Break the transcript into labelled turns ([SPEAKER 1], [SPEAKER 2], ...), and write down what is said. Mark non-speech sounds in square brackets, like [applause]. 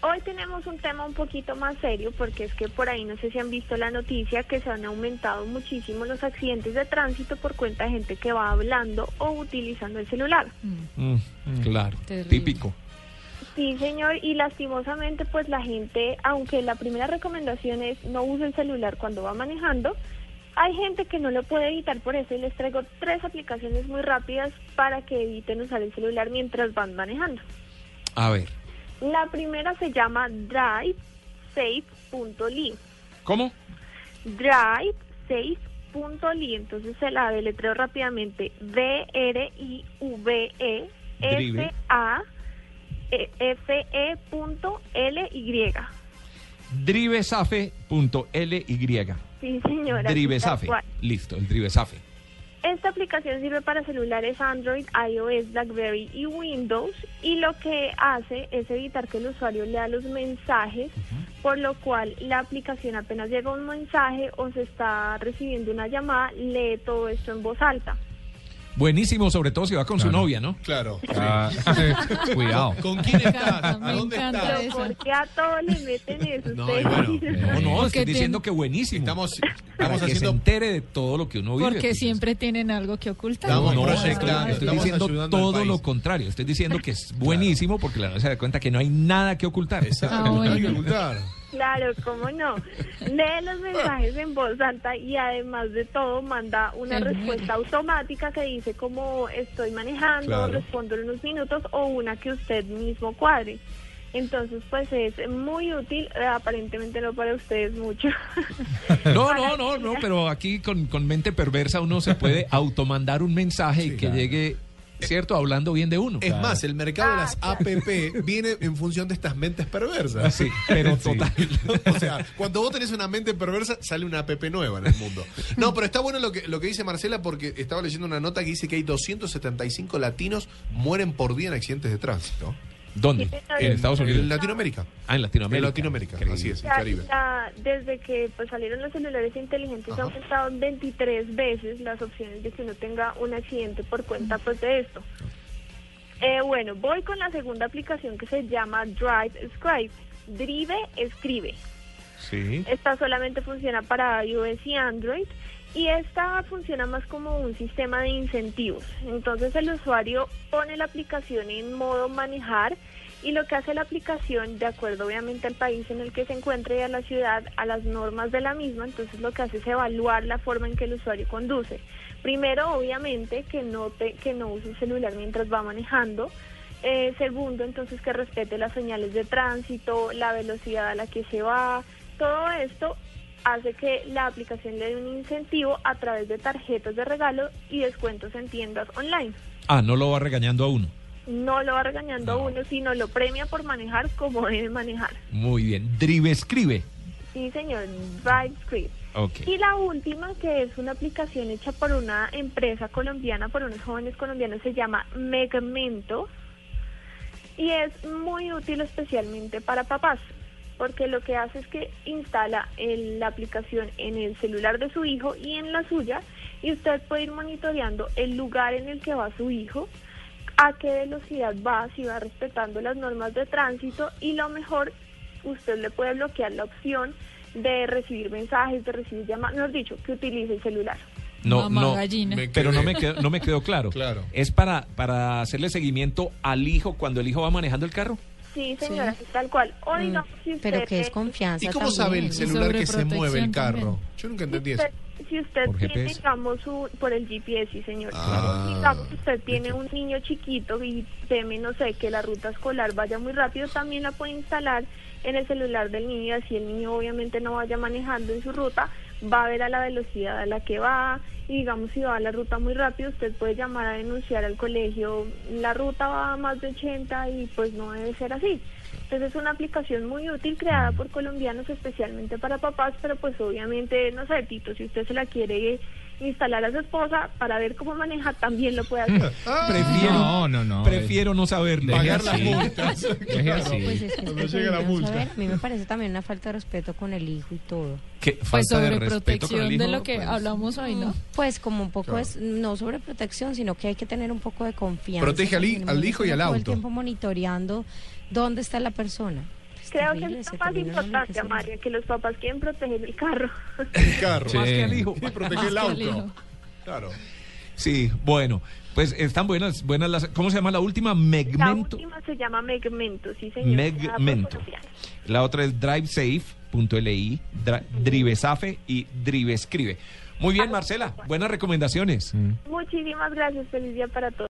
[SPEAKER 1] Hoy tenemos un tema un poquito más serio porque es que por ahí no sé si han visto la noticia que se han aumentado muchísimo los accidentes de tránsito por cuenta de gente que va hablando o utilizando el celular.
[SPEAKER 2] Mm, claro,
[SPEAKER 3] Terrible.
[SPEAKER 2] típico.
[SPEAKER 1] Sí, señor, y lastimosamente pues la gente, aunque la primera recomendación es no use el celular cuando va manejando, hay gente que no lo puede evitar por eso y les traigo tres aplicaciones muy rápidas para que eviten usar el celular mientras van manejando.
[SPEAKER 2] A ver,
[SPEAKER 1] La primera se llama DriveSafe.ly.
[SPEAKER 2] ¿cómo?
[SPEAKER 1] DriveSafe.ly, entonces se la deletreo rápidamente. E,
[SPEAKER 2] Drive.
[SPEAKER 1] E D-R-I-V-E-S-A-F-E.L-Y.
[SPEAKER 2] Drivesafe.ly.
[SPEAKER 1] Sí, señora.
[SPEAKER 2] Drivesafe.
[SPEAKER 1] tal cual.
[SPEAKER 2] Listo, el Drivesafe.
[SPEAKER 1] Esta aplicación sirve para celulares Android, iOS, BlackBerry y Windows y lo que hace es evitar que el usuario lea los mensajes, por lo cual la aplicación apenas llega un mensaje o se está recibiendo una llamada, lee todo esto en voz alta.
[SPEAKER 2] Buenísimo, sobre todo si va con su
[SPEAKER 4] Claro.
[SPEAKER 2] novia, ¿no?
[SPEAKER 4] Claro.
[SPEAKER 2] Ah,
[SPEAKER 3] [laughs]
[SPEAKER 2] cuidado.
[SPEAKER 4] ¿Con quién
[SPEAKER 3] encanta,
[SPEAKER 4] estás?
[SPEAKER 3] me
[SPEAKER 4] ¿A dónde
[SPEAKER 3] encanta
[SPEAKER 4] estás?
[SPEAKER 3] eso.
[SPEAKER 1] ¿Por qué a todos le meten eso?
[SPEAKER 4] No,
[SPEAKER 1] ustedes?
[SPEAKER 4] y bueno,
[SPEAKER 2] No, no,
[SPEAKER 3] Porque
[SPEAKER 2] estoy
[SPEAKER 3] tiene-
[SPEAKER 2] diciendo que buenísimo.
[SPEAKER 4] Eh. Estamos,
[SPEAKER 2] para
[SPEAKER 4] estamos
[SPEAKER 2] que se
[SPEAKER 4] haciendo.
[SPEAKER 2] entere de todo lo que uno vive.
[SPEAKER 3] Porque
[SPEAKER 2] pues.
[SPEAKER 3] siempre tienen algo que ocultar.
[SPEAKER 4] Estamos
[SPEAKER 2] No,
[SPEAKER 4] proyectando,
[SPEAKER 2] estoy, estoy
[SPEAKER 4] estamos
[SPEAKER 2] diciendo
[SPEAKER 4] ayudando al
[SPEAKER 2] todo
[SPEAKER 4] país.
[SPEAKER 2] lo contrario. Estoy diciendo que es buenísimo porque la noche se da cuenta que no hay nada que ocultar.
[SPEAKER 4] [laughs] Exacto.
[SPEAKER 3] Ah, bueno.
[SPEAKER 4] Hay que ocultar.
[SPEAKER 1] [laughs] Claro, cómo no. Lee los mensajes en voz alta y además de todo manda una
[SPEAKER 3] Ajá.
[SPEAKER 1] respuesta automática que dice como estoy manejando,
[SPEAKER 4] Claro.
[SPEAKER 1] respondo en unos minutos o una que usted mismo cuadre. Entonces, pues es muy útil, eh, aparentemente no para ustedes mucho. [laughs]
[SPEAKER 2] No, no, no, no, pero aquí con, con mente perversa uno se puede automandar un mensaje y que llegue, ¿cierto? Hablando bien de uno.
[SPEAKER 4] Es más, el mercado de las
[SPEAKER 1] Ah,
[SPEAKER 4] APP viene en función de estas mentes perversas.
[SPEAKER 2] Ah, Sí,
[SPEAKER 4] [laughs]
[SPEAKER 2] pero total.
[SPEAKER 4] O sea, cuando vos tenés una mente perversa, sale una app nueva en el mundo. No, pero está bueno lo que, lo que dice Marcela porque estaba leyendo una nota que dice que hay 275 latinos mueren por día en accidentes de tránsito.
[SPEAKER 2] ¿Dónde? En Estados
[SPEAKER 4] En
[SPEAKER 2] Unidos.
[SPEAKER 4] Latinoamérica.
[SPEAKER 2] Ah, en Latinoamérica.
[SPEAKER 4] En Latinoamérica,
[SPEAKER 2] Increíble.
[SPEAKER 4] así es, el
[SPEAKER 1] Ya-
[SPEAKER 4] Caribe.
[SPEAKER 1] ya desde que pues, salieron los celulares inteligentes
[SPEAKER 4] Ajá.
[SPEAKER 1] han aumentado 23 veces las opciones de que uno tenga un accidente por cuenta pues de esto. Eh, bueno, voy con la segunda aplicación que se llama Drive Scribe. Drive Escribe.
[SPEAKER 2] Sí.
[SPEAKER 1] Esta solamente funciona para iOS y Android y esta funciona más como un sistema de incentivos. Entonces el usuario pone la aplicación en modo manejar y lo que hace la aplicación, de acuerdo obviamente al país en el que se encuentre y a la ciudad, a las normas de la misma, entonces lo que hace es evaluar la forma en que el usuario conduce. Primero, obviamente, que no, te- que no use el celular mientras va manejando. Eh, segundo, entonces que respete las señales de tránsito, la velocidad a la que se va. Todo esto hace que la aplicación le dé un incentivo a través de tarjetas de regalo y descuentos en tiendas online.
[SPEAKER 2] Ah, no lo va regañando a uno.
[SPEAKER 1] No lo va regañando a uno, sino lo premia por manejar como debe manejar.
[SPEAKER 2] Muy bien. Drive escribe.
[SPEAKER 1] Sí, señor, Drive Script.
[SPEAKER 2] Ok.
[SPEAKER 1] Y la última, que es una aplicación hecha por una empresa colombiana, por unos jóvenes colombianos, se llama Megmento. Y es muy útil especialmente para papás, porque lo que hace es que instala el- la aplicación en el celular de su hijo y en la suya, y usted puede ir monitoreando el lugar en el que va su hijo, a qué velocidad va, si va respetando las normas de tránsito y lo mejor, usted le puede bloquear la opción de recibir mensajes, de recibir llamadas, mejor dicho, que utilice el celular.
[SPEAKER 2] No,
[SPEAKER 3] Mamá
[SPEAKER 2] no.
[SPEAKER 3] gallina.
[SPEAKER 4] me-
[SPEAKER 2] Pero no me quedó, no me quedó claro.
[SPEAKER 4] Claro.
[SPEAKER 2] Es para, para hacerle seguimiento al hijo cuando el hijo va manejando el carro.
[SPEAKER 1] Sí, señora, así tal cual. O digamos, si usted,
[SPEAKER 5] Mm. Pero que es
[SPEAKER 1] eh,
[SPEAKER 3] Ah,
[SPEAKER 5] confianza
[SPEAKER 4] ¿Y cómo
[SPEAKER 5] también.
[SPEAKER 4] sabe el celular que se mueve
[SPEAKER 3] sobreprotección
[SPEAKER 4] el carro?
[SPEAKER 3] también.
[SPEAKER 4] Yo
[SPEAKER 1] si
[SPEAKER 4] nunca entendí eso.
[SPEAKER 1] usted, si usted
[SPEAKER 2] Por
[SPEAKER 1] tiene,
[SPEAKER 2] GPS.
[SPEAKER 1] digamos, su- por el GPS, sí, señor.
[SPEAKER 4] Ah,
[SPEAKER 1] digamos, usted tiene un niño chiquito y teme, no sé, que la ruta escolar vaya muy rápido, también la puede instalar en el celular del niño y así el niño obviamente no vaya manejando en su ruta, va a ver a la velocidad a la que va y digamos si va a la ruta muy rápido, usted puede llamar a denunciar al colegio, la ruta va a más de 80 y pues no debe ser así. Entonces es una aplicación muy útil creada por colombianos especialmente para papás, pero pues obviamente, no sé, Tito, si usted se la quiere instalar a su esposa para ver cómo maneja, también lo puede hacer.
[SPEAKER 2] Prefiero,
[SPEAKER 6] No, no, no.
[SPEAKER 2] prefiero no saberlo.
[SPEAKER 6] Deje
[SPEAKER 4] Pagar las
[SPEAKER 6] así.
[SPEAKER 4] multas.
[SPEAKER 6] Deje así.
[SPEAKER 5] Pues es que es
[SPEAKER 4] Cuando
[SPEAKER 5] que se
[SPEAKER 4] llega la
[SPEAKER 5] deberían
[SPEAKER 4] multa.
[SPEAKER 5] saber. A mí me parece también una falta de respeto con el hijo y todo.
[SPEAKER 2] Qué
[SPEAKER 3] Pues
[SPEAKER 2] falta
[SPEAKER 3] sobre
[SPEAKER 2] de respeto con
[SPEAKER 3] protección
[SPEAKER 2] el hijo.
[SPEAKER 3] de lo que
[SPEAKER 2] pues.
[SPEAKER 3] hablamos hoy, ¿no?
[SPEAKER 5] Pues como un poco es, no sobre protección, sino que hay que tener un poco de confianza.
[SPEAKER 4] Protege al hi-
[SPEAKER 5] también,
[SPEAKER 4] al
[SPEAKER 5] uno
[SPEAKER 4] hijo y
[SPEAKER 5] está
[SPEAKER 4] al
[SPEAKER 5] todo el
[SPEAKER 4] auto.
[SPEAKER 5] tiempo monitoreando dónde está la persona. Pues
[SPEAKER 1] Creo
[SPEAKER 5] terrible,
[SPEAKER 1] que es
[SPEAKER 5] se
[SPEAKER 1] lo más
[SPEAKER 5] termina uno
[SPEAKER 1] importante,
[SPEAKER 5] enloqueciendo.
[SPEAKER 1] Amalia, que los papás quieren proteger el carro.
[SPEAKER 4] El carro.
[SPEAKER 2] Sí. Más que al hijo.
[SPEAKER 4] Sí, proteger el
[SPEAKER 3] Más que al
[SPEAKER 4] auto.
[SPEAKER 3] hijo.
[SPEAKER 4] Claro.
[SPEAKER 2] Sí, bueno, pues están buenas, buenas las... ¿Cómo se llama la última?
[SPEAKER 1] La
[SPEAKER 2] Megmento.
[SPEAKER 1] última se llama Megmento, sí señor.
[SPEAKER 2] Megmento. La otra es drivesafe.li, dri- drivesafe y drivescribe. Muy bien, Marcela, buenas recomendaciones.
[SPEAKER 1] Muchísimas gracias, feliz día para todos.